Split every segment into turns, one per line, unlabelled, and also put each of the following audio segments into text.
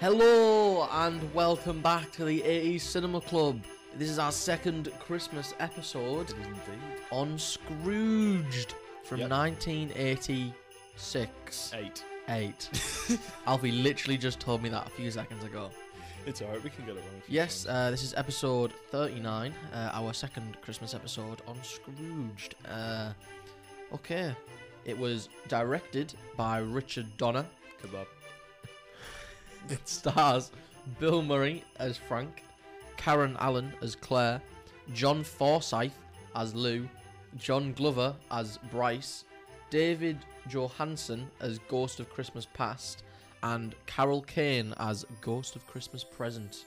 Hello and welcome back to the 80s Cinema Club. This is our second Christmas episode
Indeed.
on Scrooged from
Yep.
1986.
Eight.
Eight. Alfie literally just told me that a few seconds ago.
It's alright, we can get it wrong. if you
Yes,
want.
uh, this is episode 39, uh, our second Christmas episode on Scrooged. Uh, okay. It was directed by Richard Donner.
Kebab.
It stars Bill Murray as Frank, Karen Allen as Claire, John Forsyth as Lou, John Glover as Bryce, David Johansen as Ghost of Christmas Past, and Carol Kane as Ghost of Christmas Present.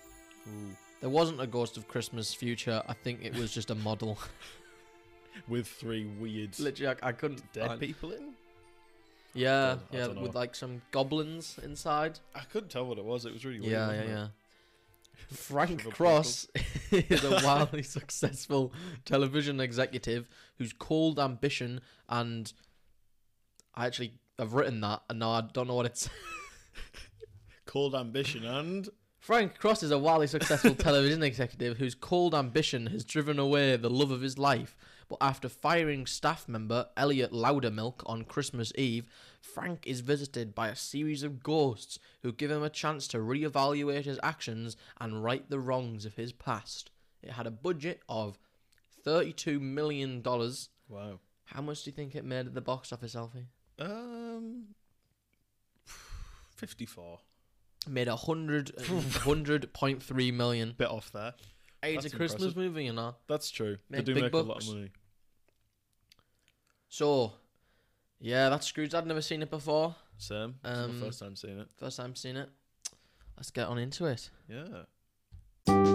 Ooh.
There wasn't a Ghost of Christmas Future. I think it was just a model.
With three weird
Literally, I, I couldn't.
dead
find- Oh,
people in?
Yeah,
I
yeah,
don't know.
with like some goblins inside.
I couldn't tell what it was. It was really weird.
Yeah, yeah,
wasn't
yeah.
Sort of
Frank
a
Cross is a wildly successful television executive whose cold ambition and I actually have written that and now I don't know what it's.
it? Cold ambition and
Frank Cross is a wildly successful television executive whose cold ambition has driven away the love of his life. But after firing staff member Elliot Loudermilk on Christmas Eve, Frank is visited by a series of ghosts who give him a chance to reevaluate his actions and right the wrongs of his past. It had a budget of $32 million.
wow.
How much do you think it made at the box office, Alfie?
Um, fifty-four.
It made 100, 100.3 million.
Bit off there.
Hey, it's
That's
a Christmas
impressive.
movie, you know.
That's true.
Make
they do
big
make a lot
bucks.
of money.
So, yeah, that's Scrooge. I'd never seen it before.
Sam,
Um,
it's my first time seeing it.
First time seeing it. Let's get on into it.
Yeah.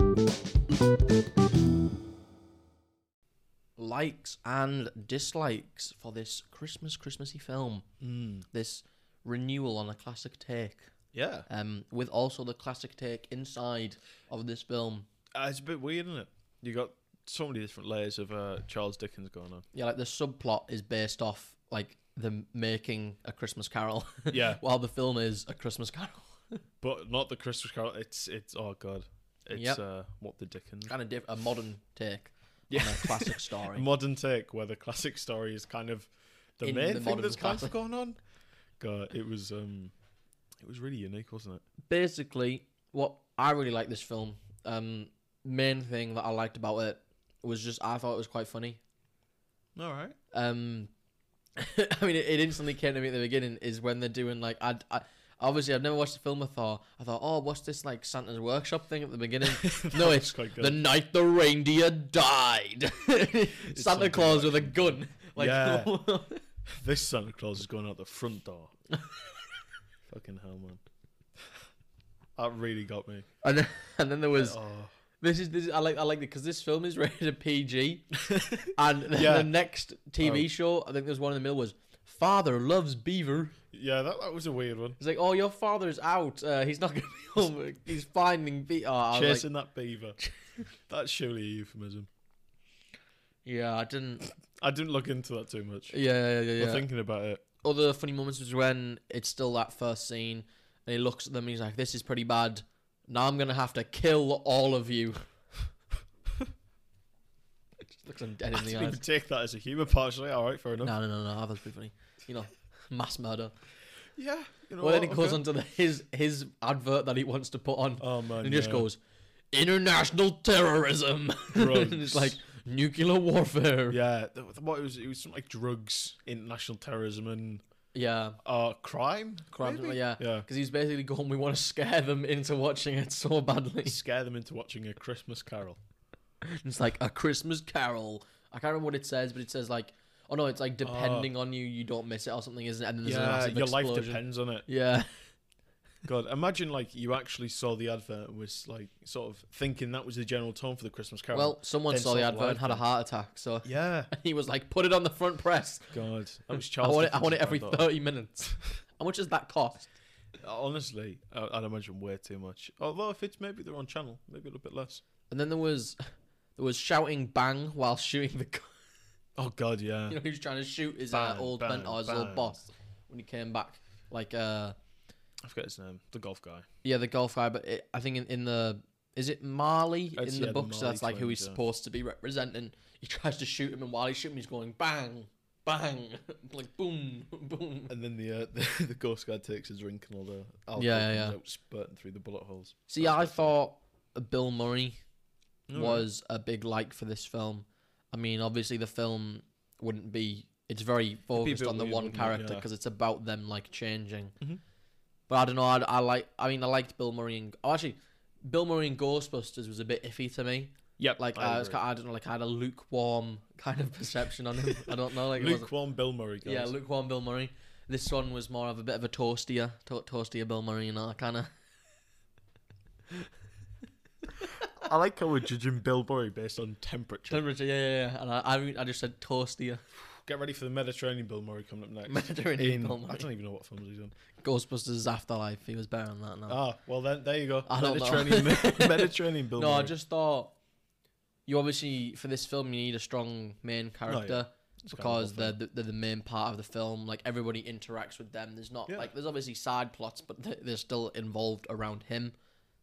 Likes and dislikes for this Christmas Christmassy film.
Mm.
This renewal on a classic take.
Yeah.
Um, with also the classic take inside of this film.
Uh, it's a bit weird, isn't it? You got so many different layers of uh, Charles Dickens going on.
Yeah, like the subplot is based off like them making a Christmas Carol,
Yeah.
while the film is a Christmas Carol.
But not the Christmas Carol. It's it's oh god, it's
Yep.
uh, what the Dickens.
Kind of diff- a modern take on
Yeah.
a classic story.
Modern take where the classic story is kind of the
In
main
the
thing
modern
that's kind of
classic.
going on. God, it was um, it was really unique, wasn't it?
basically what I really like this film. Um, main thing that I liked about it was just I thought it was quite funny.
All right.
Um, I mean, it, it instantly came to me at the beginning is when they're doing like I, I obviously I've never watched the film before. I thought, oh, what's this like Santa's workshop thing at the beginning? no, it's
quite good.
the night the reindeer died. Santa
something
Claus with a gun. Like,
Yeah. This Santa Claus is going out the front door. Fucking hell, man. That really got me.
and then, and then there was
Oh,
This is this. I like I like it because this film is rated PG, and then
Yeah.
the next TV
Oh.
show I think there's one in the middle was Father Loves Beaver.
yeah, that, that was a weird one.
It's like, oh, your father's out. Uh, he's not gonna be home. He's finding Beaver. I was like,
Chasing that beaver. That's surely a euphemism.
yeah, I didn't.
I didn't look into that too much.
Yeah, yeah, yeah.
But
yeah.
thinking about it,
Other funny moments was when it's still that first scene, and he looks at them. and He's like, this is pretty bad. Now I'm gonna have to kill all of you. Just looks them dead
I
in the
didn't
eyes.
even take that as a humour. Partially, all right, fair enough.
No, no, no, no. That was pretty funny. You know, mass murder.
Yeah. You know
Well, then
what,
it goes
Oh, okay.
on to the, his his advert that he wants to put on,
Oh
and
man,
he just
yeah.
goes, "International terrorism."
Drugs.
And it's like nuclear warfare. Yeah,
Yeah, th- th- what it was? It was something like drugs, international terrorism, and
yeah.
uh, crime.
Crimes,
maybe?
yeah.
yeah.
Because he's basically going, "We want to scare them into watching it so badly."
Scare them into watching a Christmas Carol.
it's like a Christmas Carol. I can't remember what it says, but it says like, "Oh no, it's like depending on you, you don't miss it or something," isn't it? And then there's a
yeah,
massive
your life
explosion.
depends on it.
Yeah,
God, imagine like you actually saw the advert and was like sort of thinking that was the general tone for the Christmas Carol.
well, someone
Then
saw the
sort of
advert and
life
had a heart attack, so
yeah,
he was like, "Put it on the front press."
God, that was
I
Charles.
want it. I
Dickens'
want it every
granddaughter.
thirty minutes. How much does that cost?
Honestly, I- I'd imagine way too much. Although if it's maybe they're on channel, maybe a little bit less.
And then there was, there was shouting bang while shooting the. co-
Oh God, yeah.
You know, he was trying to shoot his uh,
Bang,
old
bang,
mentor, his old
bang.
boss, when he came back. Like, uh,
I forget his name. The golf guy.
Yeah, the golf guy, but it, I think in, in the is it Marley in
It's- yeah,
the
the
books?
Marley
that's like who he's
twins, yeah.
supposed to be representing. He tries to shoot him, and while he's shooting, he's going bang, bang, like boom, boom.
And then the, uh, the the ghost guy takes his drink and all the alcohol
Yeah, yeah,
comes
yeah.
out spurting through the bullet holes.
See, I thought Bill Murray was a big like for this film. I mean, obviously the film wouldn't be. It's very focused
bit
on the
weird,
one
wouldn't it?
character
Yeah.
because it's about them like changing.
Mhm.
But I don't know. I, I like. I mean, I liked Bill Murray and oh, actually, Bill Murray and Ghostbusters was a bit iffy to me.
Yep.
Like uh, I, was, ki- I don't know. Like I had a lukewarm kind of perception on him. I don't know. Like it wasn't-
lukewarm Bill Murray. Guys.
yeah, lukewarm Bill Murray. This one was more of a bit of a toastier, to- toastier Bill Murray, and I kind of
I like how we're judging Bill Murray based on temperature.
temperature. Yeah, yeah, yeah. And I, I, re- I just said toastier.
Get ready for the Mediterranean Bill Murray coming up next.
Mediterranean
In-
Bill Murray.
I don't even know what films he's in.
Ghostbusters Afterlife. He was better than that. Now.
Ah, well then there you go.
Oh. I don't know.
Mediterranean, Mediterranean Bill
no,
Murray.
I just thought you obviously for this film you need a strong main character
Oh, It's kind of
because
a
they're, the- they're the main part of the film. Like everybody interacts with them. There's not
Yeah.
like there's obviously side plots, but th- they're still involved around him.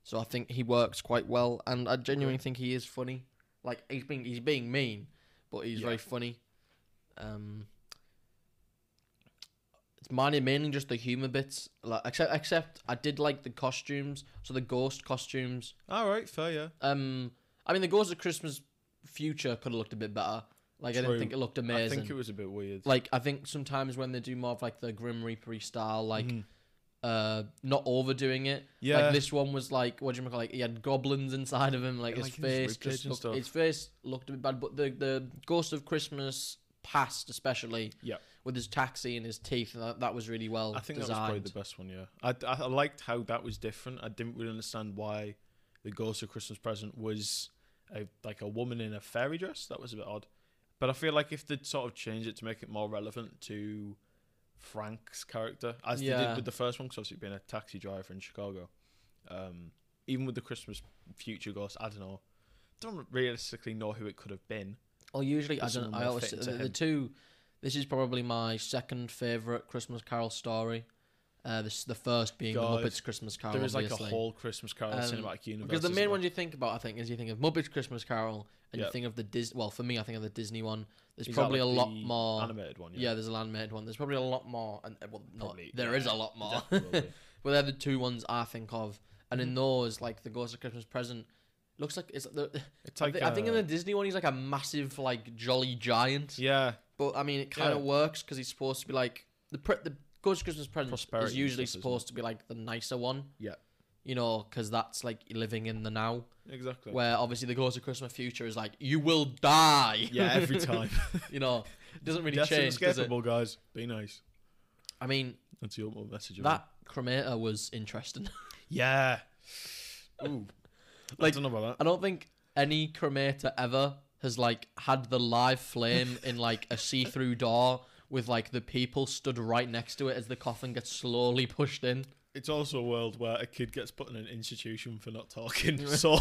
So I think he works quite well, and I genuinely think he is funny. Like he's being he's being mean, but he's
Yeah.
very funny. Um, it's mainly mainly just the humor bits. Like except except I did like the costumes. So the ghost costumes
All right, fair yeah.
um, I mean, the Ghost of Christmas Future could have looked a bit better. Like I didn't
True.
think it looked amazing.
I think it was a bit weird.
like I think sometimes when they do more of like the Grim Reaper style, like
Mhm.
uh, not overdoing it.
yeah,
Like this one was like what do you call like he had goblins inside of him. Like
Yeah,
his
like in his
face,
rib
just
cage and
looked,
stuff.
his face looked a bit bad. But the the Ghost of Christmas past, especially,
Yeah.
with his taxi and his teeth, that, that was really well
I think that was probably
designed.
the best one. Yeah, I, I I liked how that was different. I didn't really understand why the Ghost of Christmas Present was a, like a woman in a fairy dress. That was a bit odd. But I feel like if they'd sort of changed it to make it more relevant to Frank's character, as they
Yeah.
did with the first one, because obviously being a taxi driver in Chicago, um, even with the Christmas future ghost, I don't know. Don't realistically know who it could have been.
Well, usually I
This
don't.
one
I
will
always
fit
the,
into
the
him.
two. This is probably my second favorite Christmas Carol story. Uh, this the first being
God,
the Muppets Christmas Carol.
there is
Oh,
like
obviously.
a whole Christmas Carol
Um,
cinematic universe.
because the
isn't
main
there?
ones you think about, I think, is you think of Muppets Christmas Carol and you
Yeah.
think of the Dis. Well, for me, I think of the Disney one. There's
Is that
probably
like
a lot
the
more.
animated one.
yeah. there's a animated one. There's probably a lot more, and uh, well, not,
Probably,
there
yeah,
is a lot more.
Definitely will be.
But they're the two ones I think of, and
Mm-hmm.
in those, like the Ghost of Christmas Present, looks like it's. The,
It's
I,
like
thi- I think in
uh,
the Disney one, he's like a massive, like jolly giant.
yeah
But I mean, it kind of 'cause
Yeah.
works because he's supposed to be like the pre- the Ghost Christmas present
Prosperity
is
and
usually
stuff, isn't it?
supposed to be like the nicer one.
Yeah.
You know, because that's like living in the now,
exactly.
where obviously the Ghost of Christmas future is like you will die.
yeah, every time.
you know, it doesn't really
Death
change.
is
Does it?
escapable, guys. Be nice.
I mean,
That's your ultimate message. of
that cremator was interesting.
it. Yeah. Ooh.
Like-
I don't know about
I
that.
don't think any cremator ever has like had the live flame in like a see-through door with like the people stood right next to it as the coffin gets slowly pushed in.
It's also a world where a kid gets put in an institution for not talking. so,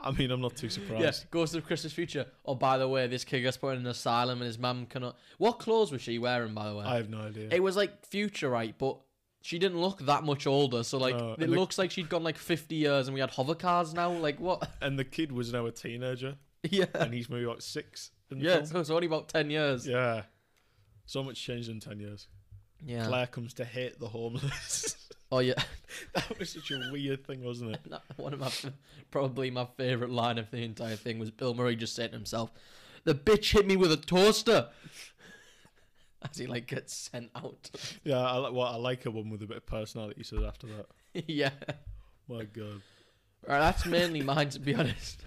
I mean, I'm not too surprised.
Yes, goes to the Christmas future. Oh, by the way, this kid gets put in an asylum and his mum cannot. What clothes was she wearing, by the way?
I have no idea.
It was like futureite, but she didn't look that much older. So like,
No,
it
and the-
looks like she'd gone like fifty years, and we had hover cars now. Like what?
and the kid was now a teenager,
yeah,
and he's maybe like six. In the
yeah.
film.
So it's only about ten years.
Yeah. So much changed in ten years.
Yeah.
Claire comes to hate the homeless.
Oh yeah.
that was such a weird thing, wasn't it?
That- One of my probably my favorite line of the entire thing was Bill Murray just saying to himself, "The bitch hit me with a toaster," as he like gets sent out.
Yeah, I like. Well, I like a woman with a bit of personality. So after that,
yeah.
my god.
Right, that's mainly mine to be honest.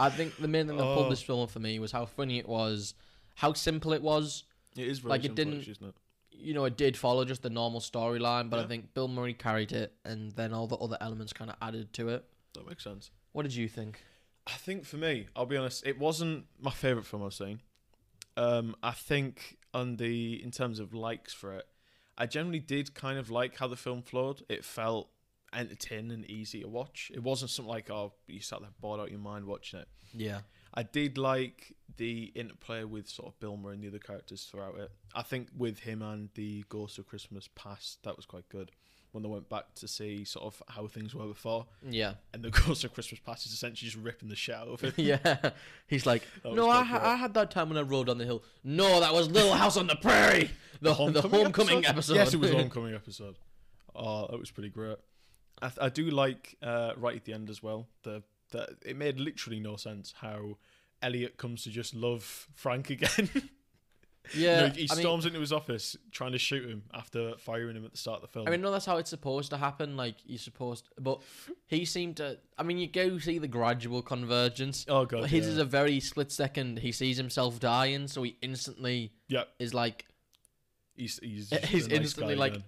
I think the main thing that pulled
Oh.
this film for me was how funny it was, how simple it was.
It is very
Like, it
simple,
didn't-
actually, isn't it?
You know, it did follow just the normal storyline, but I
Yeah.
think Bill Murray carried it, and then all the other elements kind of added to it.
That makes sense.
What did you think?
I think for me, I'll be honest, it wasn't my favorite film I've seen. Um, I think on the in terms of likes for it, I generally did kind of like how the film flowed. It felt entertaining and easy to watch. It wasn't something like oh you sat there bored out of your mind watching it.
Yeah,
I did like the interplay with sort of Bill Murray and the other characters throughout it. I think with him and the Ghost of Christmas Past, that was quite good. when they went back to see sort of how things were before,
Yeah.
and the Ghost of Christmas Past is essentially just ripping the shit out of it.
yeah. He's like,
That was
no, I,
quite
ha-
great.
I had that time when I rode down the hill. No, that was Little House on the Prairie. The, the homecoming, episode.
Yes, it was a homecoming episode. Oh, that was pretty great. I, th- I do like uh, right at the end as well. The, the it made literally no sense how Elliot comes to just love Frank again.
yeah.
No, he
I mean-
storms into his office trying to shoot him after firing him at the start of the film.
I mean, no, that's how it's supposed to happen. Like you're supposed, but he seemed to. I mean, you go see the gradual convergence.
oh god,
but his
yeah.
is a very split second. He sees himself dying, so he instantly
Yeah.
is like
he's
He's
he's, just a nice guy
instantly like-
again.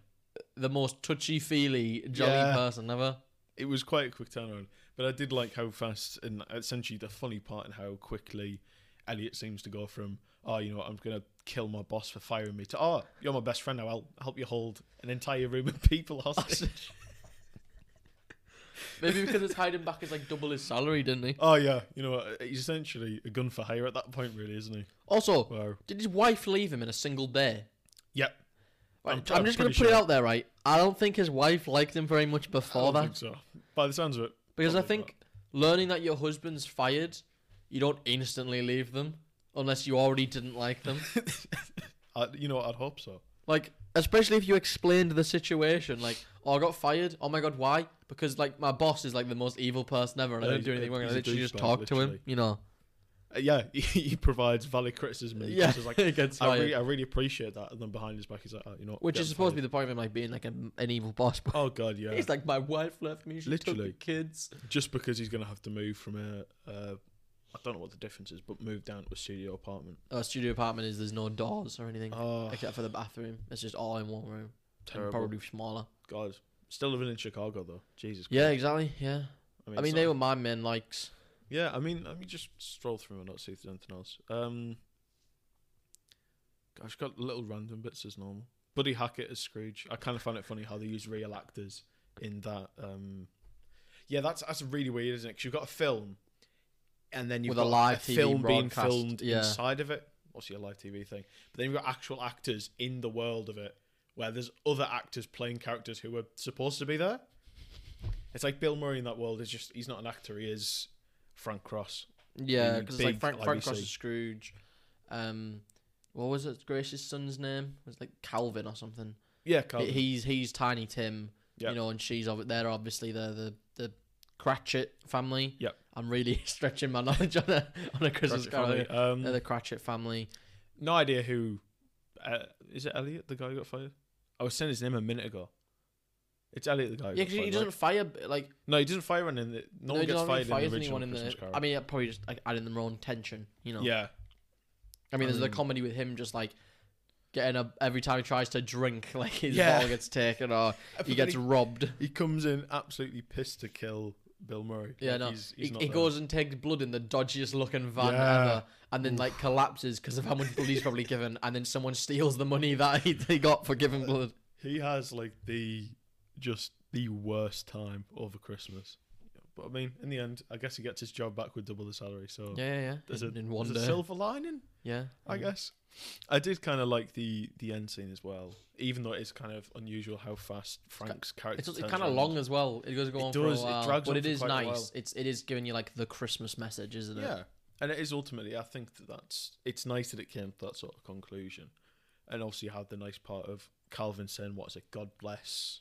the most touchy feely jolly
Yeah.
person ever.
it was quite a quick turnaround, but I did like how fast and essentially the funny part and how quickly Elliot seems to go from oh you know what, I'm gonna kill my boss for firing me to oh you're my best friend now I'll help you hold an entire room of people hostage.
Maybe because it's hiding back is like double his salary, didn't he?
oh yeah, you know what, he's essentially a gun for hire at that point really, isn't he?
Also,
Wow.
did his wife leave him in a single day?
Yep.
Right,
I'm-
I'm,
I'm
just gonna put
pretty
it
sure. Oh,
out there, right? I don't think his wife liked him very much
I
before
don't
that.
think so. By the sounds of it.
Because I
Probably
think learning that your husband's fired, you don't instantly leave them unless you already didn't like them.
I, Uh, you know what, I'd hope so.
like, especially if you explained the situation, like, oh, I got fired. Oh my god, why? Because like my boss is like the most evil person ever, and I
Yeah,
didn't do
he's-
anything wrong. and I
Uh, he's a
literally just
douchebag,
talked to him.
literally.
You know?
Uh, yeah, he, he provides valid criticism. And he
Yeah,
just is like,
he gets
I,
fired.
really, I really appreciate that. And then behind his back, he's like, oh, you know, what,
Which
get
is
him
supposed to be
fired.
the point of him like being like a, an evil boss, but
Oh god, yeah.
he's like, my wife left me. She took the
Literally.
kids.
Just because he's gonna have to move from a, uh, I don't know what the difference is, but move down to a studio apartment.
Our Oh, studio apartment is there's no doors or anything
Oh,
except for the bathroom. It's just all in one room, and
terrible.
probably smaller.
God, still living in Chicago though. Jesus.
Yeah,
Christ.
exactly. Yeah. I mean,
it's
they
not-
were my main likes.
Yeah, I mean, let me just stroll through and not see if there's anything else. Um, gosh, got little random bits as normal. Buddy Hackett as Scrooge. I kind of found it funny how they use real actors in that. Um, yeah, that's that's really weird, isn't it? 'Cause you've got a film, and then you've
With a
got
live TV
film being
broadcast,
filmed
yeah.
inside of it. Obviously, a live TV thing, but then you've got actual actors in the world of it, where there's other actors playing characters who were supposed to be there. It's like Bill Murray in that world is just he's not an actor, he is Frank Cross.
Yeah,
really
because like
big
Frank, Frank Cross
IBC.
is Scrooge. Um, what was it? Grace's son's name it was like Calvin or something.
Yeah,
He-
Carl.
He's he's Tiny Tim.
Yep.
You know, and she's of they're obviously the the the Cratchit family.
Yep.
I'm really stretching my knowledge on a on a Christmas
Cratchit
Carol.
family. Um,
They're the Cratchit family.
no idea who uh, is it Elliot, the guy who got fired? I was saying his name a minute ago. It's Elliot the guy. Who
Yeah,
got
'cause he
fired,
doesn't
right?
fire like
No, he doesn't fire anyone. in the- No,
no,
one
he
gets
doesn't really
fired in the
fires
original
anyone in
Christmas
the.
Carol.
I mean, yeah, probably just like adding their own tension. You know.
yeah,
I mean,
I
there's the
mean-
comedy with him just like getting a every time he tries to drink, like his
Yeah.
bottle gets taken or
But
he
then
gets robbed.
he comes in absolutely pissed to kill Bill Murray.
Yeah,
Like,
no,
he's, he's
he,
not
he
there.
goes and takes blood in the dodgiest looking van
Yeah.
ever, and then like collapses because of how much blood he's probably given, and then someone steals the money that he, he got for giving blood.
He has like the just the worst time over Christmas. But I mean, in the end, I guess he gets his job back with double the salary. So
Yeah, yeah, yeah.
there's
in,
a,
in one
there's
day.
a silver lining,
yeah,
I
Mm.
guess. I did kind of like the the end scene as well, even though it's kind of unusual how fast Frank's character.
It's, it's
turns
kind of
around.
long as well. It goes go
It
on for a
does, it
while,
drags
but
on
it
for
is
quite a while.
nice. It's it is giving you like the Christmas message, isn't it?
Yeah, and it is ultimately. I think that that's it's nice that it came to that sort of conclusion, and also you had the nice part of Calvin saying, "What is it? God bless."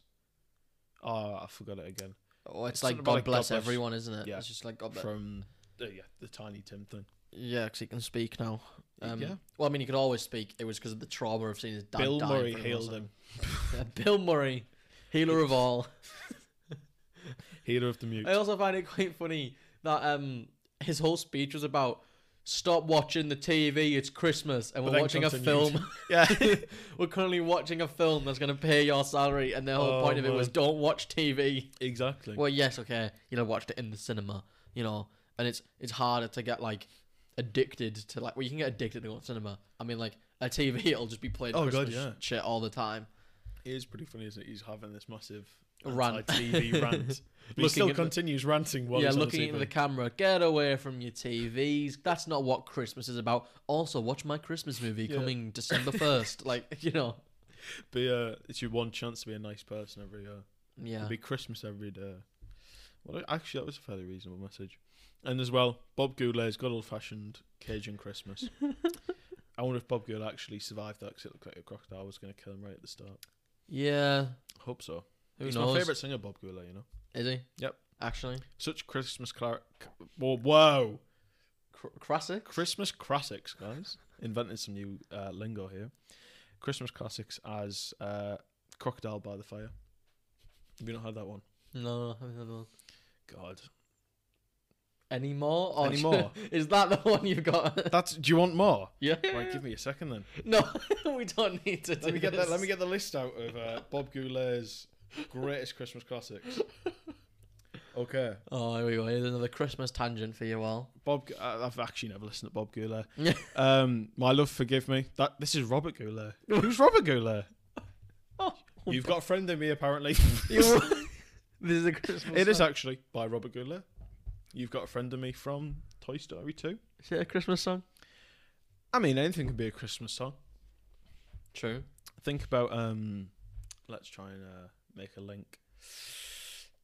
Ah, I forgot it again.
Oh, it's,
It's
like
something
God
about, like, God
bless
bless-
everyone, isn't it?
Yeah.
It's just like God bless.
from uh, yeah the Tiny Tim thing.
Yeah, because he can speak now. Um,
Yeah.
Well, I mean, he could always speak. It was because of the trauma of seeing his dad
Bill
die in
Murray
front of us.
hailed him,
Yeah, Bill Murray, healer of all.
healer of the mute.
I also find it quite funny that um his whole speech was about stop watching the TV. It's Christmas, and
But
we're
then
watching a
continued.
film.
Yeah,
we're currently watching a film that's going to pay your salary, and the whole
Oh,
point of it
man.
was don't watch TV.
exactly.
Well, yes, okay, you know, watched it in the cinema, you know, and it's it's harder to get like addicted to like well, you can get addicted to going to cinema. I mean, like a TV, it'll just be playing
Oh, God,
Christmas
yeah.
shit all the time.
it is pretty funny, isn't it? He's having this massive
Rant.
TV rant. But
Looking
he still
at the-
continues ranting while
yeah,
he's on
looking
the
into
TV.
the camera, get away from your TVs. That's not what Christmas is about. Also, watch my Christmas movie
Yeah.
coming December first. like you know,
Be a, it's your one chance to be a nice person every year.
Yeah.
It'd be Christmas every day. Well, actually, that was a fairly reasonable message. And as well, Bob Goulet's good old fashioned Cajun Christmas. I wonder if Bob Goulet actually survived that because it looked like a crocodile was going to kill him right at the start.
Yeah.
Hope so.
Who
He's
knows?
my favourite singer, Bob Goulet, you know.
Is he?
Yep.
Actually.
Such Christmas clar- c- Whoa, whoa!
Cr- Crasser?
Christmas classics, guys. Invented some new uh, lingo here. Christmas classics as uh, Crocodile by the Fire. Have you not heard that one?
No, I haven't heard one.
God.
Any more? Or
Any more?
Oh, Is that the one you've got?
That's. Do you want more?
yeah.
Right, give me a second then.
No, we don't need to do
Let me get
this.
the, let me get the list out of uh, Bob Goulet's greatest Christmas classics. Okay,
Oh, here we go. Here's another Christmas tangent for you all.
Bob. I- I've actually never listened to Bob Goulet.
Yeah.
um, my love, forgive me. That this is Robert Goulet. Who's Robert Goulet? You've got a friend in me, apparently.
You- this is a Christmas.
it is
song.
actually by Robert Goulet. You've got a friend in me from Toy Story 2.
Is it a Christmas song?
I mean, anything can be a Christmas song.
True.
Think about um, let's try and uh, make a link.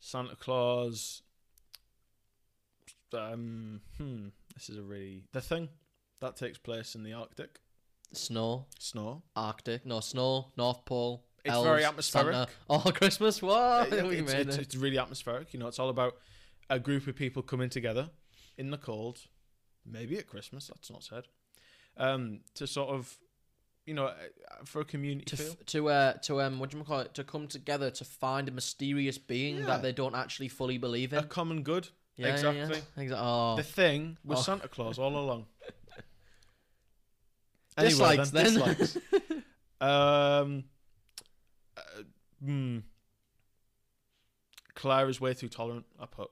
Santa Claus. Um, hmm, this is a really the thing that takes place in the Arctic.
Snow,
Snow.
Arctic, no snow, North Pole.
It's
elves,
very atmospheric.
Santa. Oh, Christmas! Whoa,
It-
we
it's,
made
it's-
it.
it's really atmospheric. You know, it's all about a group of people coming together in the cold, maybe at Christmas. That's not said. Um, to sort of, you know, uh, for a community
to,
feel.
f- to uh to um what do you call it to come together to find a mysterious being
Yeah.
that they don't actually fully believe
a
in.
common good.
Yeah,
exactly.
Exactly. Oh,
The thing was
Oh.
Santa Claus all along.
Dislikes, then.
Dislikes. um, uh, hmm. Claire is way too tolerant. I put.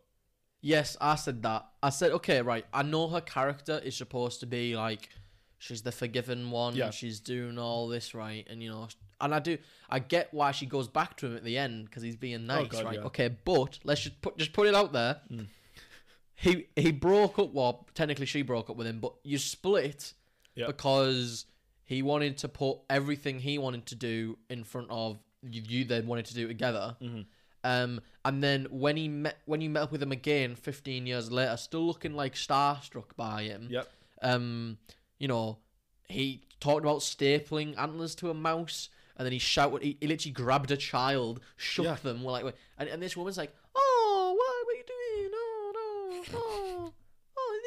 yes, I said that. I said, okay, right. I know her character is supposed to be like she's the forgiven one.
Yeah.
She's doing all this right, and you know, and I do. I get why she goes back to him at the end because he's being nice,
Oh, God,
right?
yeah.
Okay, but let's just put just put it out there.
Mm.
He he broke up. Well, technically she broke up with him, but you split
Yeah.
because he wanted to put everything he wanted to do in front of you. you They wanted to do together.
Mhm.
Um, and then when he met when you met up with him again, fifteen years later, still looking like starstruck by him.
Yep.
Um, you know, he talked about stapling antlers to a mouse, and then he shouted. He, he literally grabbed a child, shook
Yeah.
them. We're like, wait, and, and this woman's like, "Oh, what, what are you doing? Oh no, oh, oh,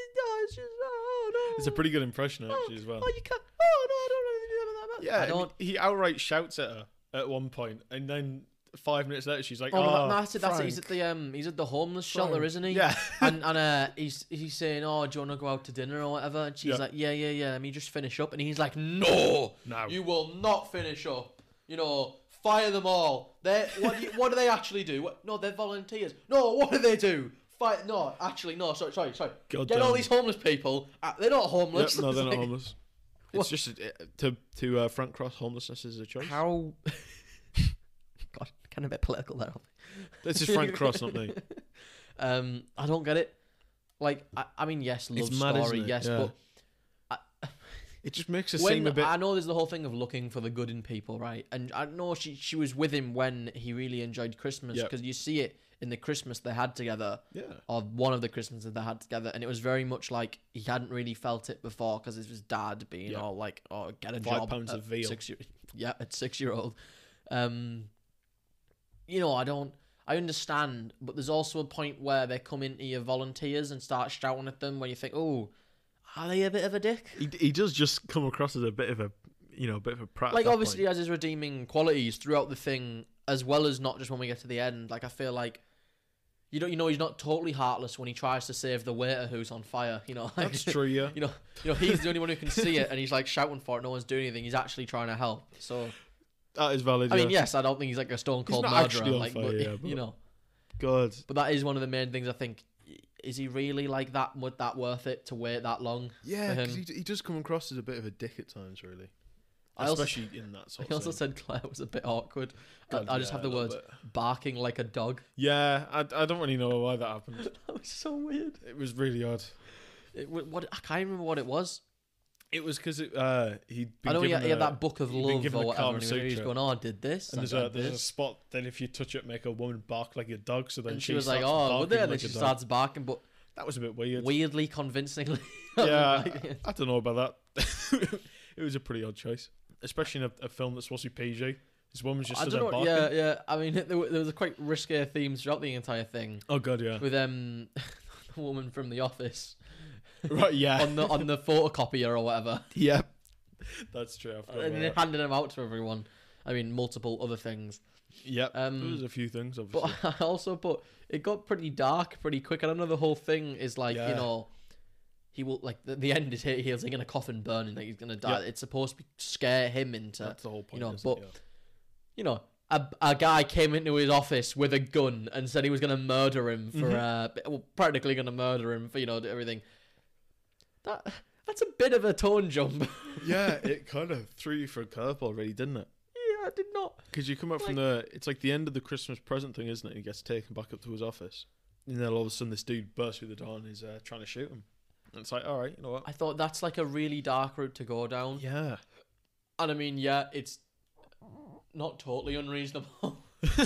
it's just, oh no."
It's a pretty good impression actually as well.
Oh, you can't. Oh no, I don't know anything about that.
Yeah,
I don't.
he outright shouts at her at one point, and then five minutes later, she's like,
Oh,
"Oh,
no, no, that's it. That's it. He's
Frank,
at the um, he's at the homeless shelter,
Frank."
isn't he?
Yeah,
and and uh, he's he's saying, "Oh, do you want to go out to dinner or whatever?" And she's
Yeah.
like, "Yeah, yeah, yeah." Let me just finish up. And he's like, "No,
no,
you will not finish up. You know, fire them all. They what do you, what do they actually do? What, no, they're volunteers. No, what do they do? Fight? No, actually, no. Sorry, sorry, sorry.
God
Get all
damn.
these homeless people. Uh, they're not
Yep,
homeless.
no,
It's
they're
like,
not homeless.
What?
It's just uh, to to uh, Frank Cross, homelessness is a choice.
How? God, kind of a bit political there.
This is Frank Cross, not me.
Um, I don't get it. Like, I, I mean, yes, love
It's mad,
story,
isn't it?
yes,
Yeah.
but
It just makes us
when
seem a bit.
I know there's the whole thing of looking for the good in people, right? And I know she she was with him when he really enjoyed Christmas
Yep.
because you see it in the Christmas they had together,
yeah,
or one of the Christmases they had together, and it was very much like he hadn't really felt it before because it was dad being
Yeah.
all like, "Oh, get a
Five
job."
pounds
at
of veal.
Six year, yeah, at six year old. Um, you know, I don't. I understand, but there's also a point where they come into your volunteers and start shouting at them, where you think, "Oh, are they a bit of a dick?"
he he does just come across as a bit of a you know a bit of a prat. at
like
that
obviously
point.
has his redeeming qualities throughout the thing as well as not just when we get to the end like i feel like you don't you know he's not totally heartless when he tries to save the waiter who's on fire you know like,
that's true. Yeah,
you know you know he's the only one who can see it and he's like shouting for it no one's doing anything he's actually trying to help so
that is valid.
i mean
yeah.
yes i don't think he's like a stone cold
not
murderer
actually on
like
fire,
but,
yeah,
you
but-
know
God,
but that is one of the main things i think is he really like that would that worth it to wait that long
yeah, 'cause
him.
he, he does come across as a bit of a dick at times, really.
I also-
Especially in that sort
I
of
also
thing.
said Claire was a bit awkward. I-
God,
I just
yeah,
have the
a little
words
bit.
barking like a dog.
Yeah, I, I don't really know why that happened.
That was so weird.
It was really odd.
It, wa- what I can't remember what it was.
It was because it, uh, he'd been
I know he
given
had, he had
a-
that book of
he'd been
love
given
or
a
whatever.
Kama
And he was
Sutra.
going, oh, I did this. I
And there's
did
a there's a
this."
spot that if you touch it, make a woman bark like a dog. So then
and she, was like,
starts
oh, well,
barking
there. And then
like
she
a dog.
starts barking, but
That was a bit weird.
weirdly convincingly.
yeah,
Like,
I, I don't know about that. it was a pretty odd choice, especially in a, a film that's supposed to be PG. This woman's just
I
stood
don't
there
know.
barking.
Yeah, yeah. I mean, there, were- there was a quite risque themes throughout the entire thing
Oh god, yeah.
with um, the woman from The Office
right, yeah,
on the on the photocopier or whatever,
yeah. That's true. I forgot
and
about
then
that.
handing them out to everyone. I mean, multiple other things.
Yep. there was
Um,
a few things, obviously.
but I also put it got pretty dark pretty quick. I don't know. The whole thing is like
Yeah.
you know. He will like the, the end is here. He's like in a coffin burning, like he's gonna die. It's supposed to be scare him into
That's the whole point.
know,
isn't it?
but-
Yeah.
you know, a, a guy came into his office with a gun and said he was going to murder him for, uh, well, practically going to murder him for, you know, everything. That That's a bit of a tone jump.
yeah, it kind of threw you for a curveball, really, didn't it?
yeah, I did not.
Because you come up from the, it's like the end of the Christmas present thing, isn't it? He gets taken back up to his office, and then all of a sudden this dude bursts through the door and is uh, trying to shoot him. And it's like, all right, you know what?
I thought that's like a really dark route to go down.
Yeah,
And I mean, yeah, it's not totally unreasonable. like,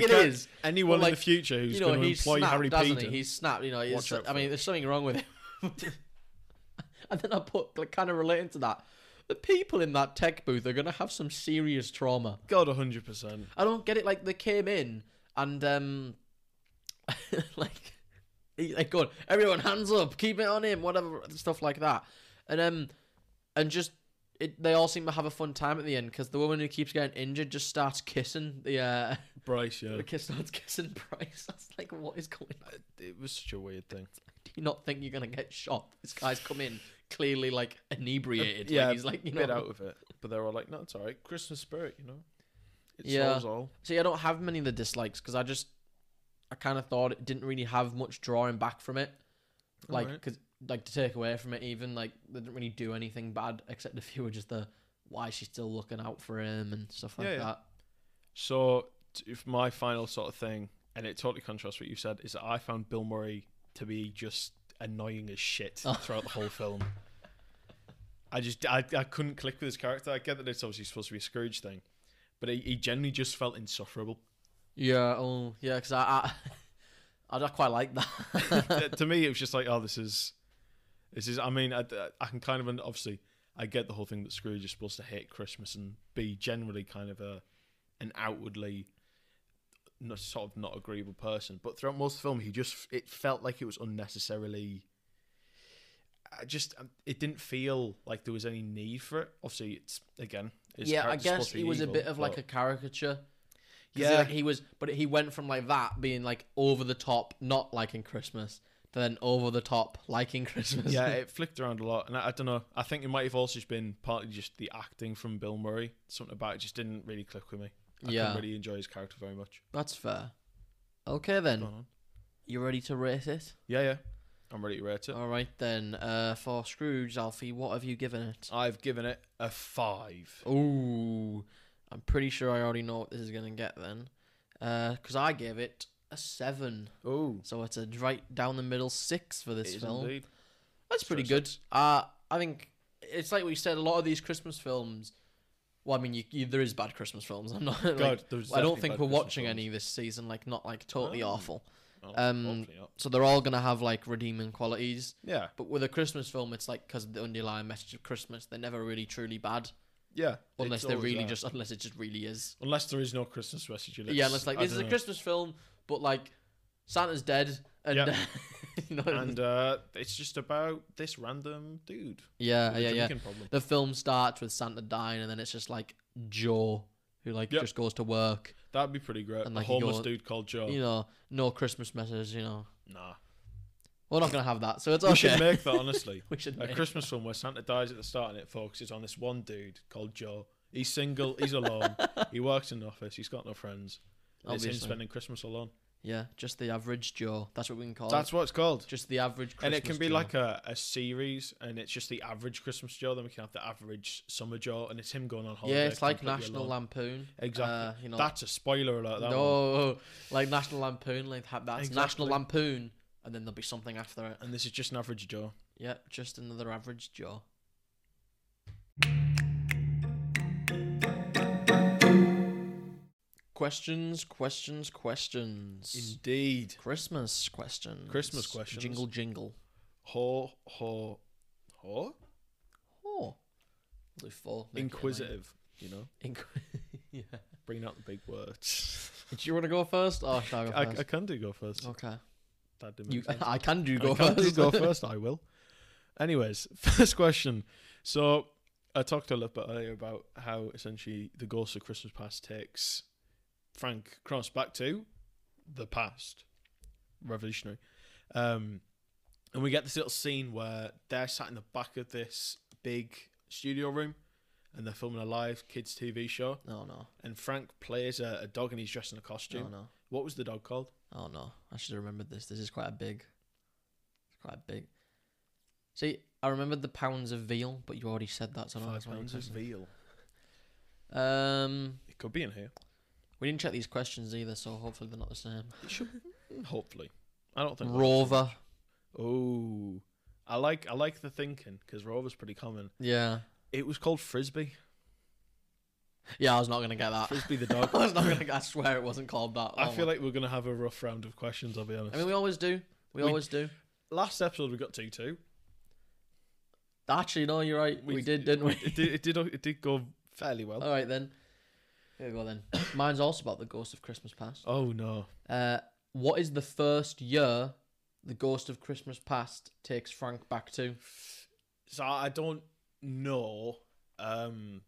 it
can't-
is.
anyone
Well,
in
like,
the future who's
you know,
going to
he's
employ
snapped,
Harry
doesn't
Peter,
he? He's snapped, you know. He's,
Watch
I
out for
mean,
him.
there's something wrong with him. and then I put, like, kind of relating to that, the people in that tech booth are going to have some serious trauma.
God, hundred percent.
I don't get it. Like, they came in and, um, like, he, like, going, everyone, hands up, keep it on him, whatever, stuff like that. And, um, and just, it, they all seem to have a fun time at the end because the woman who keeps getting injured just starts kissing the, uh,
Bryce, yeah,
the kid starts kissing Bryce. That's like, what is going on?
it was such a weird thing.
do you not think you're gonna get shot? This guy's come in clearly like inebriated.
yeah,
like, he's like you know.
Bit out of it, but they were like, no, it's all right. Christmas spirit, you know. It
Yeah.
solves all.
See, I don't have many of the dislikes because I just, I kind of thought it didn't really have much drawing back from it, like
Alright.
'cause- like to take away from it. Even like they didn't really do anything bad except a few were just the why she's still looking out for him and stuff like
Yeah, yeah.
that.
So, t- if my final sort of thing, and it totally contrasts what you said, is that I found Bill Murray to be just annoying as shit
Oh.
throughout the whole film. I just I, I couldn't click with his character. I get that it's obviously supposed to be a Scrooge thing, but he, he generally just felt insufferable.
Yeah. Oh, yeah. Because I, I, I quite like that.
Uh, to me, it was just like, oh, this is, this is. I mean, I, I can kind of un- obviously I get the whole thing that Scrooge is supposed to hate Christmas and be generally kind of a an outwardly not, sort of not agreeable person. But throughout most of the film, he just it felt like it was unnecessarily. I just um, it didn't feel like there was any need for it. Obviously, it's again. his
yeah, I
character's supposed
guess
to be
he was
evil,
a bit of like
but-
a caricature. Yeah,
Yeah.
like, he was, but he went from like that being like over the top, not liking Christmas, to then over the top liking Christmas.
yeah, it flicked around a lot, and I, I don't know. I think it might have also just been partly just the acting from Bill Murray. Something about it just didn't really click with me. I
Yeah.
couldn't really enjoy his character very much.
that's fair. Okay then,
Going on.
you ready to rate it?
Yeah, yeah. I'm ready to rate it.
All right then. Uh, for Scrooge, Alfie, what have you given it?
I've given it a five.
Ooh, I'm pretty sure I already know what this is gonna get then, because I gave it a seven,
Oh,
so it's a right down the middle six for
it
this
is
film.
indeed.
That's pretty good. Uh, I think it's like we said. A lot of these Christmas films. Well, I mean, you, you, there is bad Christmas films. I'm not. Like,
God, there's
I don't
definitely
think
bad
we're
Christmas
watching
films.
any this season. Like, not like totally
Oh.
awful.
Well,
um,
hopefully not.
So they're all gonna have like redeeming qualities.
Yeah,
But with a Christmas film, it's like because of the underlying message of Christmas, they're never really truly bad
yeah.
unless
it's
they're
always
really
there.
just unless it just really is.
uh, unless there is no Christmas message in it.
yeah, unless like
I
this is a
dunno.
Christmas film, but like Santa's dead and
Yep.
you know,
and uh, it's just about this random dude.
yeah,
with a
Uh, yeah, yeah.
drinking problem.
the film starts with Santa dying, and then it's just like Joe, who like
Yep.
just goes to work.
That'd be pretty great.
And,
a
like, you
homeless
go-
dude called Joe.
You know, no Christmas message. You know,
nah,
we're not gonna have that, so it's
we
okay.
should make that honestly.
we should
a
make-
Christmas film where Santa dies at the start and it focuses on this one dude called Joe. He's single, he's alone, he works in an office, he's got no friends. And It's him
Obviously.
spending Christmas alone.
yeah, just the average Joe. That's what we can call
That's what it's called.
it. Just the average. Christmas
and it can be
Joe.
like a, a series, and it's just the average Christmas Joe. Then we can have the average summer Joe, and it's him going on holiday.
yeah, it's like
completely
National
alone.
Lampoon.
Exactly.
Uh, you know,
That's a spoiler alert. That one.
no, like National Lampoon. Like ha- that's National
Exactly.
Lampoon, and then there'll be something after it.
And this is just an average Joe.
Yep, just another average Joe. Questions, questions, questions.
Indeed.
Christmas questions.
Christmas questions.
Jingle, jingle.
Ho, ho, ho?
Oh. We'll do four. make it a nine.
Inquisitive, you know?
Inqu- yeah.
Bringing out the big words.
Do you want to go first? Oh, shall I go
I,
first?
I can do go first.
okay.
That didn't
You,
make sense.
I can do
I
go
can do
first.
go first, I will. Anyways, first question. So I talked a little bit earlier about how essentially the Ghost of Christmas Past takes Frank Cross back to the past. Revolutionary. Um, and we get this little scene where they're sat in the back of this big studio room and they're filming a live kids TV show.
no, no.
And Frank plays a, a dog and he's dressed in a costume.
Oh, No, no.
What was the dog called?
Oh no, I should have remembered this. This is quite a big, it's quite a big. See, I remembered the pounds of veal, but you already said that, so I don't know
Five
if I
pounds of
remembered.
veal.
Um,
It could be in here.
we didn't check these questions either, so hopefully they're not the same.
It should, hopefully. I don't think.
Rover,
Oh, I like I like the thinking because rover's pretty common.
yeah,
It was called frisbee.
yeah. I was not gonna get that.
Frisbee the
Ah. I
dog.
was not gonna. I swear it wasn't called that.
I
Oh
feel
my-
like we're gonna have a rough round of questions. I'll be honest.
I mean, we always do. We,
We-
always do.
Last episode we got two two.
Actually, no, you're right. We, did, didn't we? Oh.
It did, it did it did go fairly well.
All right then. Here we go then. Mine's also about the ghost of Christmas past.
oh no,
Uh, what is the first year the Ghost of Christmas Past takes Frank back to?
so I don't know, um,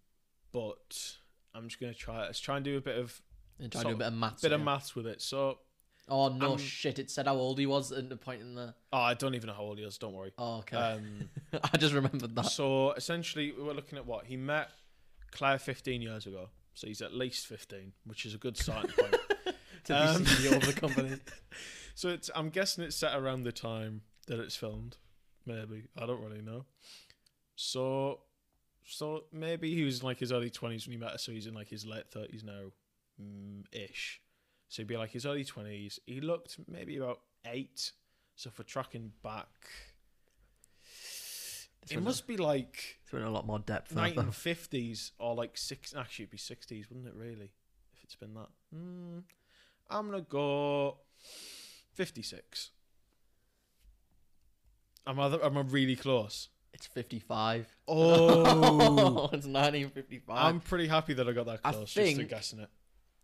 but I'm just gonna try. Let's try and do a bit of
And try to do a
So,
bit of maths.
bit of
here.
maths with it. So
Oh no,
Um,
shit! It said how old he was at the point in the.
oh, I don't even know how old he is. Don't worry.
Oh, okay.
Um.
I just remembered that.
So essentially, we were looking at what he met Claire 15 years ago. So he's at least 15, which is a good starting point.
To
um,
be CEO of the company.
So it's I'm guessing it's set around the time that it's filmed. Maybe I don't really know. So, so maybe he was in like his early 20s when he met her. So he's in like his late 30s now, mm, ish. So he'd be like his early 20s. He looked maybe about eight. So for tracking back,
This
it
was
must be like
It's in a lot more depth. than I
nineteen
thought.
fifties or like six. Actually, it'd be sixties, wouldn't it? Really, if it's been that. Mm, I'm gonna go fifty-six. Am I? Am I really close?
It's fifty-five.
Oh,
it's nineteen fifty-five.
I'm pretty happy that I got that
I
close. Just to
think-
guessing it.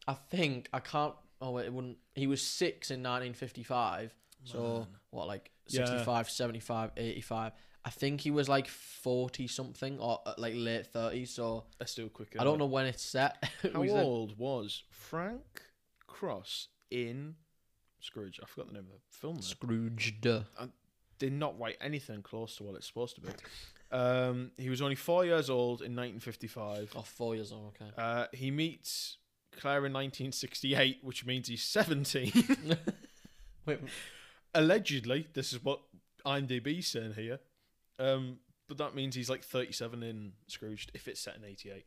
I think I can't. Oh wait, it wouldn't. He was six in nineteen fifty-five. So
Man.
what, like
Yeah.
65, 75, 85. I think he was like forty something or uh, like late thirties. So
let's do a quick.
I don't know when it's set.
How
We said-
old was Frank Cross in Scrooge? I forgot the name of the film. There.
Scrooged.
Oh, did not write anything close to what it's supposed to be. Um, he was only four years old in 1955.
Oh, four years old. Okay.
Uh, he meets Claire in 1968, which means he's 17.
Wait,
Allegedly, this is what IMDb's saying here. Um, but that means he's like 37 in Scrooge if it's set in 88.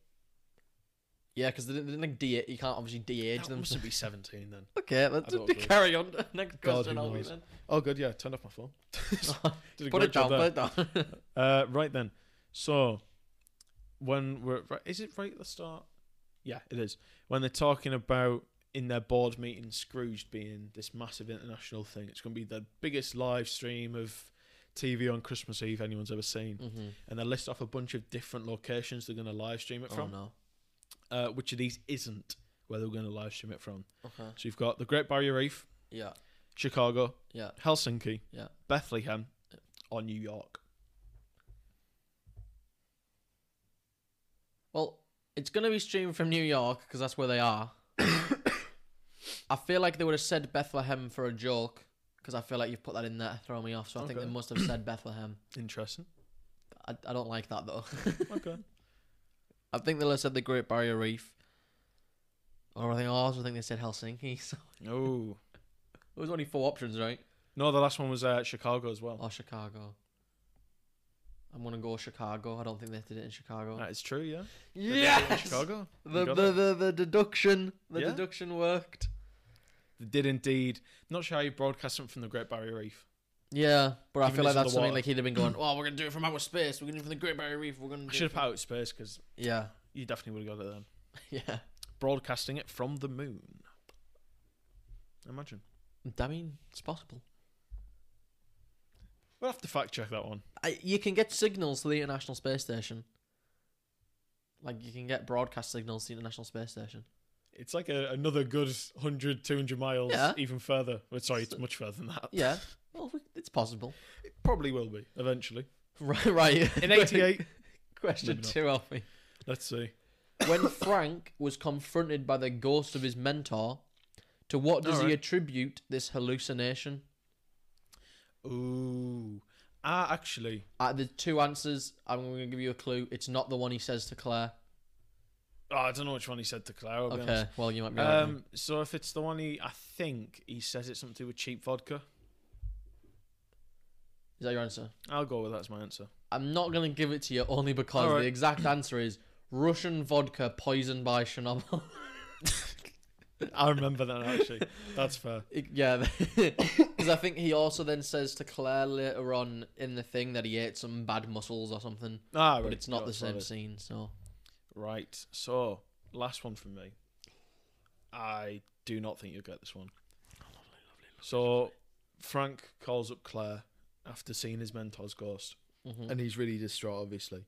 yeah, because they didn't, they didn't like de- you can't obviously de-age
That
them.
must be 17 then.
Okay,
I
let's
don't
just
know.
carry on. Next
God,
question,
who
I'll be
knows?
then.
Oh, good. Yeah, I turned off my phone. Did a
put
great
it down.
job
Put
there.
it down.
Uh, right then. So when we're right, is it right at the start? Yeah, it is. When they're talking about in their board meeting, Scrooge being this massive international thing, it's going to be the biggest live stream of TV on Christmas Eve anyone's ever seen.
mm-hmm.
And they list off a bunch of different locations they're going to live stream it
Oh
from.
no.
Uh, which of these isn't where they're going to live stream it from?
Okay.
So you've got the Great Barrier Reef,
Yeah.
Chicago,
Yeah.
Helsinki,
Yeah.
Bethlehem,
Yeah.
or New York.
Well, it's gonna be streamed from New York because that's where they are. I feel like they would have said Bethlehem for a joke because I feel like you've put that in there to throw me off. So I think
Okay.
they must have said Bethlehem.
Interesting.
I, I don't like that though.
Okay.
I think they'll have said the Great Barrier Reef. Or I think I also think they said Helsinki. So
oh.
there was only four options, right?
No, the last one was uh, Chicago as well.
Or Chicago. I'm gonna go Chicago. I don't think they did it in Chicago.
That is true, yeah. They did it in
Yes.
Chicago.
The,
You got
the,
it.
the the deduction the
Yeah.
deduction worked.
They did indeed. Not sure how you broadcast something from the Great Barrier Reef.
Yeah, but I
Even
feel like
if it's
that's something
underwater.
like he'd have been going, "Well, we're gonna do it from outer space. We're gonna do it from the Great Barrier Reef. We're gonna."
I
Do it
should
from-"
have put out space because
Yeah,
you definitely would have got it then.
yeah.
Broadcasting it from the moon. Imagine.
I mean, it's possible.
We'll have to fact check that one.
I, you can get signals to the International Space Station. Like you can get broadcast signals to the International Space Station.
It's like a, another good 100, 200 miles,
Yeah.
even further. Well, sorry, it's much further than that.
Yeah, well, we- it's possible.
It probably will be eventually.
Right, right.
In 88,
Question
Maybe not.
two, Alfie.
let's see.
When Frank was confronted by the ghost of his mentor, to what does he
Alright.
attribute this hallucination?
Ooh. Ah, actually,
Uh, the two answers. I'm going to give you a clue. It's not the one he says to Claire.
oh, I don't know which one he said to Claire. I'll be
Okay. Well, you might be.
honest.
right.
Um, so if it's the one he, I think he says it's something to do with cheap vodka.
Is that your answer?
I'll go with that as my answer.
I'm not going to give it to you only because
Alright.
the exact answer is Russian vodka poisoned by Chernobyl.
I remember that actually. That's fair.
yeah, because I think he also then says to Claire later on in the thing that he ate some bad mussels or something,
Ah,
but
right,
it's not
got
the
it,
same
got it.
scene. So
Right. So last one from me. I do not think you'll get this one. So Frank calls up Claire after seeing his mentor's ghost,
Mhm.
and he's really distraught. Obviously,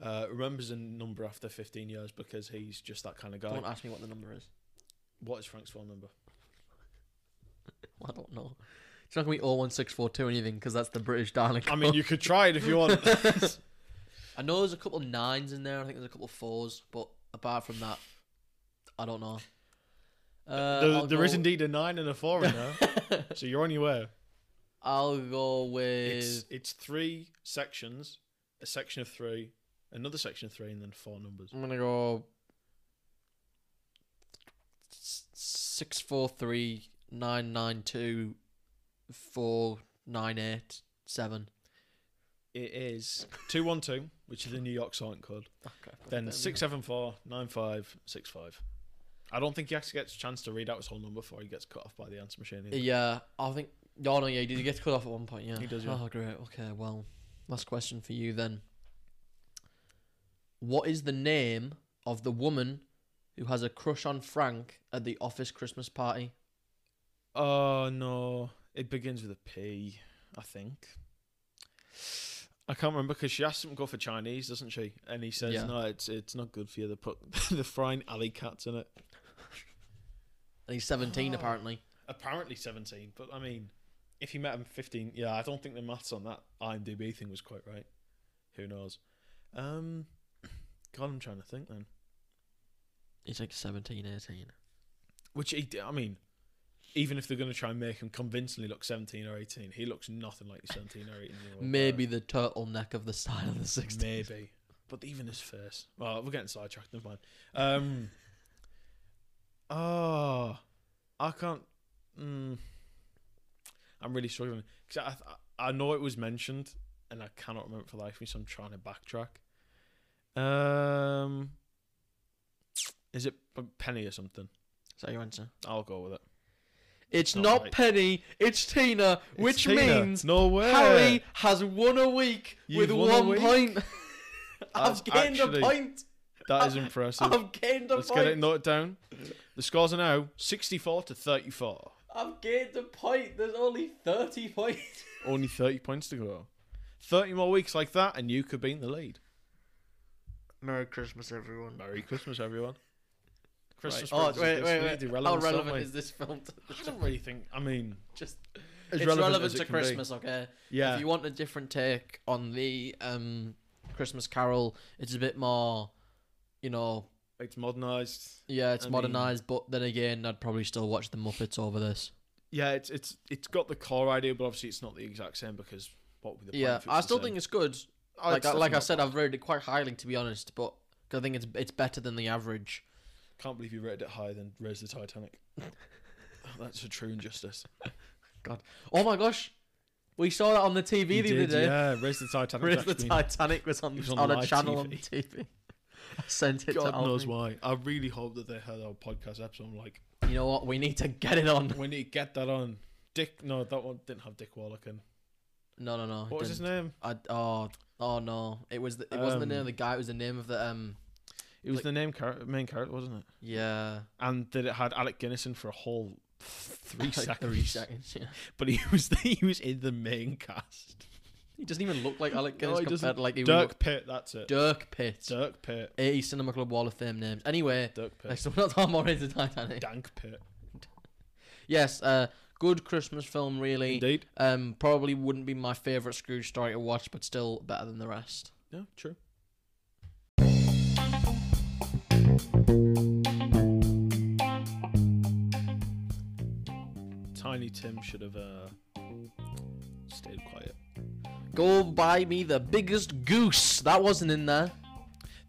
uh, remembers a number after 15 years because he's just that kind of guy.
don't ask me what the number is.
What is Frank's phone number?
I don't know. It's not going to be 01642 or anything because that's the British dialing.
I mean, you could try it if you want.
I know there's a couple nines in there. I think there's a couple fours, but apart from that, I don't know. Uh,
there
I'll
there is
go-
indeed a nine and a four in there, so you're on your way.
I'll go with.
It's it's three sections, a section of three, another section of three, and then four numbers.
I'm gonna go six four three nine nine two four nine eight seven.
It is 212, which is the New York silent code.
Okay.
Then 674 9565. I don't think he actually gets a chance to read out his whole number before he gets cut off by the answer machine. either.
Yeah, I think. Oh no, yeah, he did get cut off at one point. Yeah,
He does, yeah.
Oh great. Okay, well, last question for you then. What is the name of the woman who has a crush on Frank at the office Christmas party?
Oh, no. It begins with a P, I think. I can't remember because she asks him to go for Chinese, doesn't she? And he says,
Yeah.
no, it's it's not good for you. They put the frying alley cats in it.
And he's seventeen
Oh.
apparently.
Apparently 17, but I mean, if you met him 15, yeah, I don't think the maths on that IMDb thing was quite right. Who knows? Um, God, I'm trying to think then.
He's like 17, 18.
Which he, I mean, even if they're going to try and make him convincingly look 17 or 18, he looks nothing like the 17 or 18 year old.
Maybe the turtleneck of the style of the 60s.
maybe, but even his face. Well, we're getting sidetracked. Never mind. Um, oh, I can't. Mm, I'm really struggling because I, I I know it was mentioned and I cannot remember it for the life of me, so I'm trying to backtrack. Um, is it a penny or something?
Is that your answer?
I'll go with it.
It's
not
not,
right.
Penny, it's Tina,
It's
which
Tina.
means
no way.
Harry has won a week
You've
with
won a
one
week.
point.
That's
I've gained
actually-
a point.
that is impressive.
I've gained a
Let's
point.
get it noted down. The scores are now 64 to 34.
I've gained a point. There's only 30 points.
Only 30 points to go. 30 more weeks like that, and you could be in the lead.
Merry Christmas, everyone.
Merry Christmas, everyone. Christmas
Oh,
presents
wait,
is
wait,
really
wait.
irrelevant,
How
don't
relevant
they?
is this film to
I don't really think. I mean,
just
as
it's
relevant,
relevant,
as it
to
can be.
Christmas, okay?
Yeah.
If you want a different take on the um, Christmas Carol, it's a bit more, you know,
It's modernised.
Yeah, it's
I mean-
modernized, but then again, I'd probably still watch the Muppets over this.
Yeah, it's it's it's got the core idea, but obviously it's not the exact same because what would the point
yeah,
if it's
I
the
still
same?
think it's good.
Oh,
like
it's
I, like I
definitely
said,
not.
I've rated it quite highly to be honest, but 'cause I think it's it's better than the average.
can't believe you rated it higher than Raise the Titanic. Oh, That's a true injustice.
Oh my gosh, we saw that on the TV the
You did,
other day.
Yeah, Raise the Titanic.
Whereas
was
the
actually-
Titanic was on
it was on
on, a
live
channel on
TV.
TV. I sent it
God
to
knows
Alfie.
why. I really hope that they heard our podcast episode. I'm like,
You know what? We need to get it on.
we need to get that on. Dick, no, that one didn't have Dick Warlock in.
No, no, no. it
What was his
didn't.
name?
I, oh, oh no! It was. The, it wasn't the name of the
Um,
guy. It was the name of the um.
It was
Like-
the name char- main character, wasn't it?
Yeah.
And that it had Alec Guinness in for a whole three
Like,
seconds.
three seconds. Yeah.
But he was he was in the main cast.
He doesn't even look like Alec
No,
Guinness
he doesn't.
compared to like he
Dirk
Dirk,
Pitt. That's it.
Dirk Pitt.
Dirk Pitt.
80 Cinema Club Wall of Fame names. Anyway,
Dirk Pitt.
next one, that's all more into Titanic.
Dank Pitt.
Yes, uh, good Christmas film, really.
Indeed.
Um, probably wouldn't be my favourite Scrooge story to watch, but still better than the rest.
Yeah, true. Tiny Tim should have uh, stayed quiet.
Go buy me the biggest goose. That wasn't in there.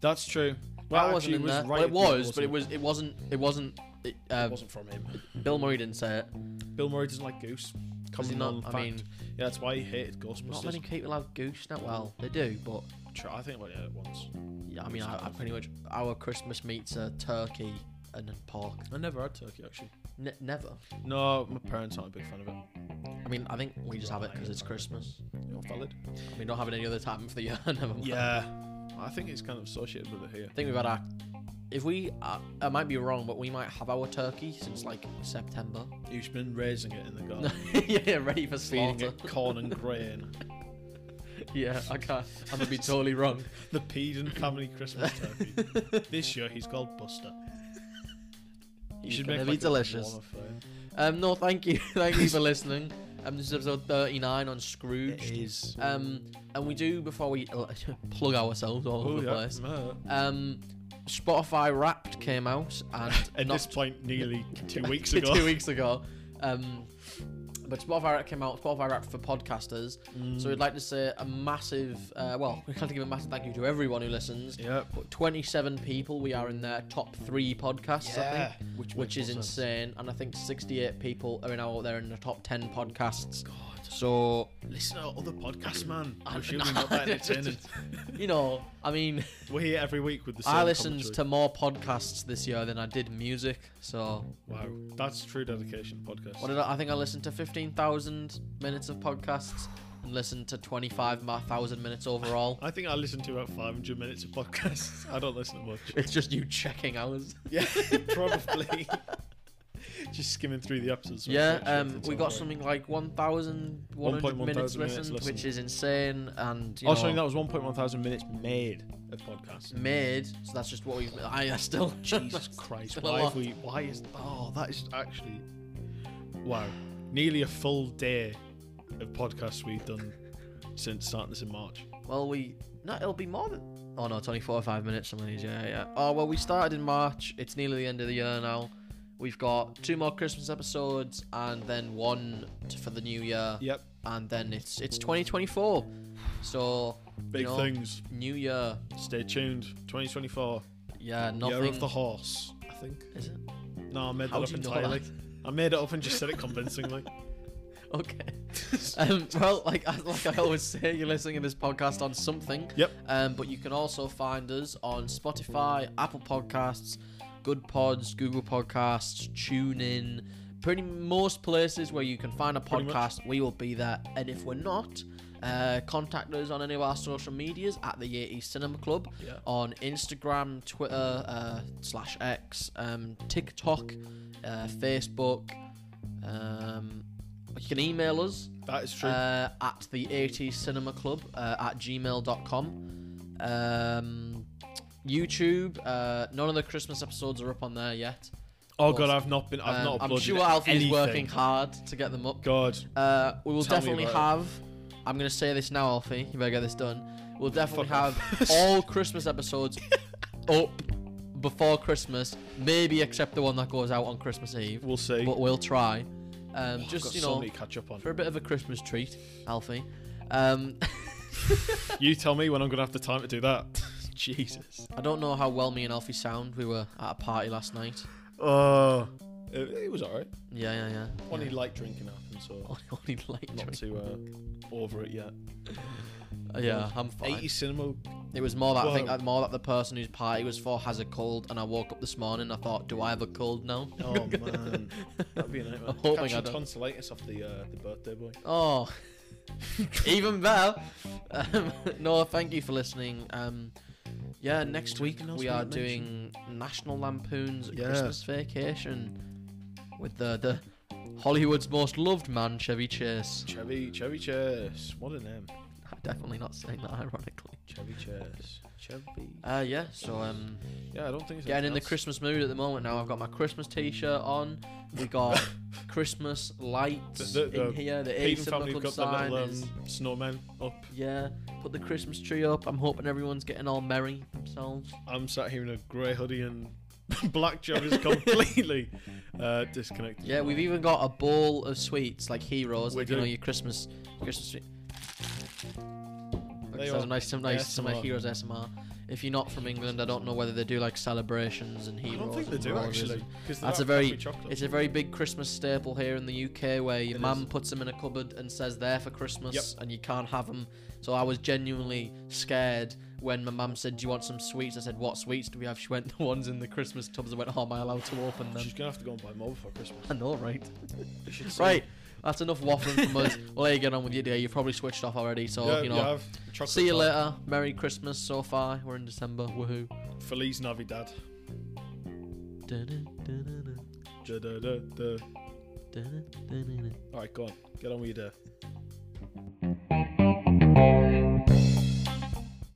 That's true.
That
Well,
wasn't
actually,
in
it was
there.
right
Well,
at
it
the-
was, but it
wasn't
was. It wasn't. It wasn't. It, uh,
It wasn't from him.
Bill Murray didn't say it.
Bill Murray doesn't like goose.
Does he
Common
not?
not,
I mean,
yeah, that's why he hated
not
Ghostbusters.
many people have goose now. Well, they do, but
Try- I think I had it once.
yeah, I mean, I, I pretty much our Christmas meats are turkey and then pork.
I never had turkey actually.
Ne never.
No, my parents aren't a big fan of it.
I mean, I think we just have it because it's Christmas.
You're valid.
I mean, not having any other time for the year. Never mind.
Yeah, I think it's kind of associated with it here.
I think we've had our. If we, uh, I might be wrong, but we might have our turkey since like September.
You've been raising it in the garden.
yeah, ready for
feeding
slaughter.
it corn and grain.
Yeah, I can't. I'm gonna be totally wrong.
the Peden family Christmas turkey. this year he's called Buster.
He's gonna
like,
be
a
delicious.
one-off, uh,
Um, no, thank you, thank you for listening. Um, this is episode 39 on
It
Scrooge.
is.
Um, and we do before we uh, plug ourselves all over
Oh,
the
yeah.
place.
uh,
Um, Spotify Wrapped came out
At
and
this
not
point, nearly two weeks ago.
two weeks ago. Um, but Spotify Wrapped came out. Spotify Wrapped for podcasters.
Mm. Hmm.
So we'd like to say a massive, uh, well, we'd like to give a massive thank you to everyone who listens.
Yep.
But 27 people, we are in their top three podcasts, I think,
Which,
which
makes
is
more sense.
insane. And I think 68 people are in our, they're in the top 10 podcasts.
God,
So,
listen to other podcasts, man.
I-
I'm sure we're not that entertaining.
you know, I mean,
we're here every week with the same
I listened
commentary.
to more podcasts this year than I did music. So,
Wow, that's true dedication podcast.
what did I, I think I listened to 15,000 minutes of podcasts and listened to 25,000 minutes overall.
I think I listened to about 500 minutes of podcasts. I don't listen to much.
It's just you checking ours.
Yeah, probably. Just skimming through the episodes. so
Yeah,
I'm not sure if
um,
it's
we
all
got
right.
something like 1,100
1,100
minutes
minutes
listened,
listened.
which is insane, and you
Oh, something
know,
that was 1.1 thousand minutes made of podcasts.
made. So that's just what we've. I I still.
Jesus Christ!
Still a
Why
lot.
have we? Why is? Oh, that is actually. Wow, nearly a full day of podcasts we've done since starting this in March.
Well, we. No, it'll be more than. Oh no, it's only four or five minutes. Some of these, yeah, yeah. Oh well, we started in March. It's nearly the end of the year now. We've got two more Christmas episodes, and then one t- for the new year,
Yep,
and then it's it's 2024. So
big
know,
things.
new year,
Stay tuned. 2024.
yeah,
Year of
nothing.
the horse. I think.
Is it?
No, I made
How
that
do
up
you know
entirely.
that?
I made it up and just said it convincingly.
Okay. Um, well, like I- like I always say, you're listening to this podcast on something.
Yep.
Um, but you can also find us on Spotify, Apple Podcasts, Good Pods, Google Podcasts, TuneIn, pretty most places where you can find a
Pretty much.
podcast, we will be there. And if we're not, uh, contact us on any of our social medias at the Yeti Cinema Club
Yeah.
on Instagram, Twitter uh, slash X, um, TikTok, uh, Facebook. Um, you can email us
That is true.
uh, at the 80s Cinema Club uh, at gmail.com. Um, YouTube, uh, none of the Christmas episodes are up on there yet.
oh god, I've not been. I've
Um,
not uploaded.
I'm sure Alfie
anything.
is working hard to get them up.
God,
Uh, we will
Tell me
definitely
about
have. I'm going to say this now, Alfie. You better get this done. We'll definitely
Fuck off.
have all Christmas episodes up before Christmas, maybe except the one that goes out on Christmas Eve.
we'll see.
But we'll try. Um,
I've
just
got
you
so
know,
many to catch up on.
for a bit of a Christmas treat, Alfie. Um,
You tell me when I'm gonna have the time to do that. Jesus.
I don't know how well me and Alfie sound. We were at a party last night.
Oh. It, it was alright.
Yeah, yeah, yeah.
Only
Uh, yeah.
light drinking happened, so
Only, only light
not
drink.
too uh, over it yet.
Uh, Yeah, I'm fine.
80 cinema.
It was more that I think
Whoa.
that more that the person whose party was for has a cold, and I woke up this morning. and I thought, do I have a cold now?
Oh man, that'd be a nightmare.
I'm hoping I
Catching
don't.
tonsillitis off the uh, the birthday boy.
Oh, Even better. Um, no, thank you for listening. Um, yeah, next week
Anything else
we
we
are
didn't
doing National Lampoon's
Yeah.
Christmas Vacation with the, the Hollywood's most loved man, Chevy Chase.
Chevy, Chevy Chase. What a name.
I'm definitely not saying that ironically.
Chevy Chase. Chevy.
Uh, yeah, so um,
Yeah, I don't think it's
getting in the Christmas mood at the moment now. I've got my Christmas t shirt on. We got Christmas lights
The- the-
in here. The
Peyton
Ace of
family's
Club
got the
sign
little
is.
um, snowman up.
Yeah, put the Christmas tree up. I'm hoping everyone's getting all merry themselves.
I'm sat here in a grey hoodie and black job is completely uh, disconnected.
Yeah, we've even got a bowl of sweets like heroes.
We
Like, you know
do.
your Christmas Christmas sweet.
There you
Sounds
are.
nice, some nice, some like
ASMR.
heroes SMR. If you're not from England, I don't know whether they do like celebrations and
I
heroes.
don't think they
and
do
rollers
actually.
and-
'cause
That's
they're
a very-
coffee chocolate.
It's a very big Christmas staple here in the UK where your
It
mum
is.
puts them in a cupboard and says they're for Christmas and you can't have them. So I was genuinely scared when my mum said, Do you want some sweets? I said, What sweets do we have? She went, The ones in the Christmas tubs. I went, Oh, am I allowed to open them?
She's gonna have to go and buy more before Christmas.
I know, right?
You should say-
Right, that's enough waffling from us. We'll let you get on with your day. You've probably switched off already, so
yeah,
you know.
you have chocolate
See you
bar.
later. Merry Christmas so far. We're in December. Woohoo.
Feliz Navidad.
Da-da-da-da-da,
Da-da-da-da.
da-da-da-da-da.
All right, go on. Get on with your day.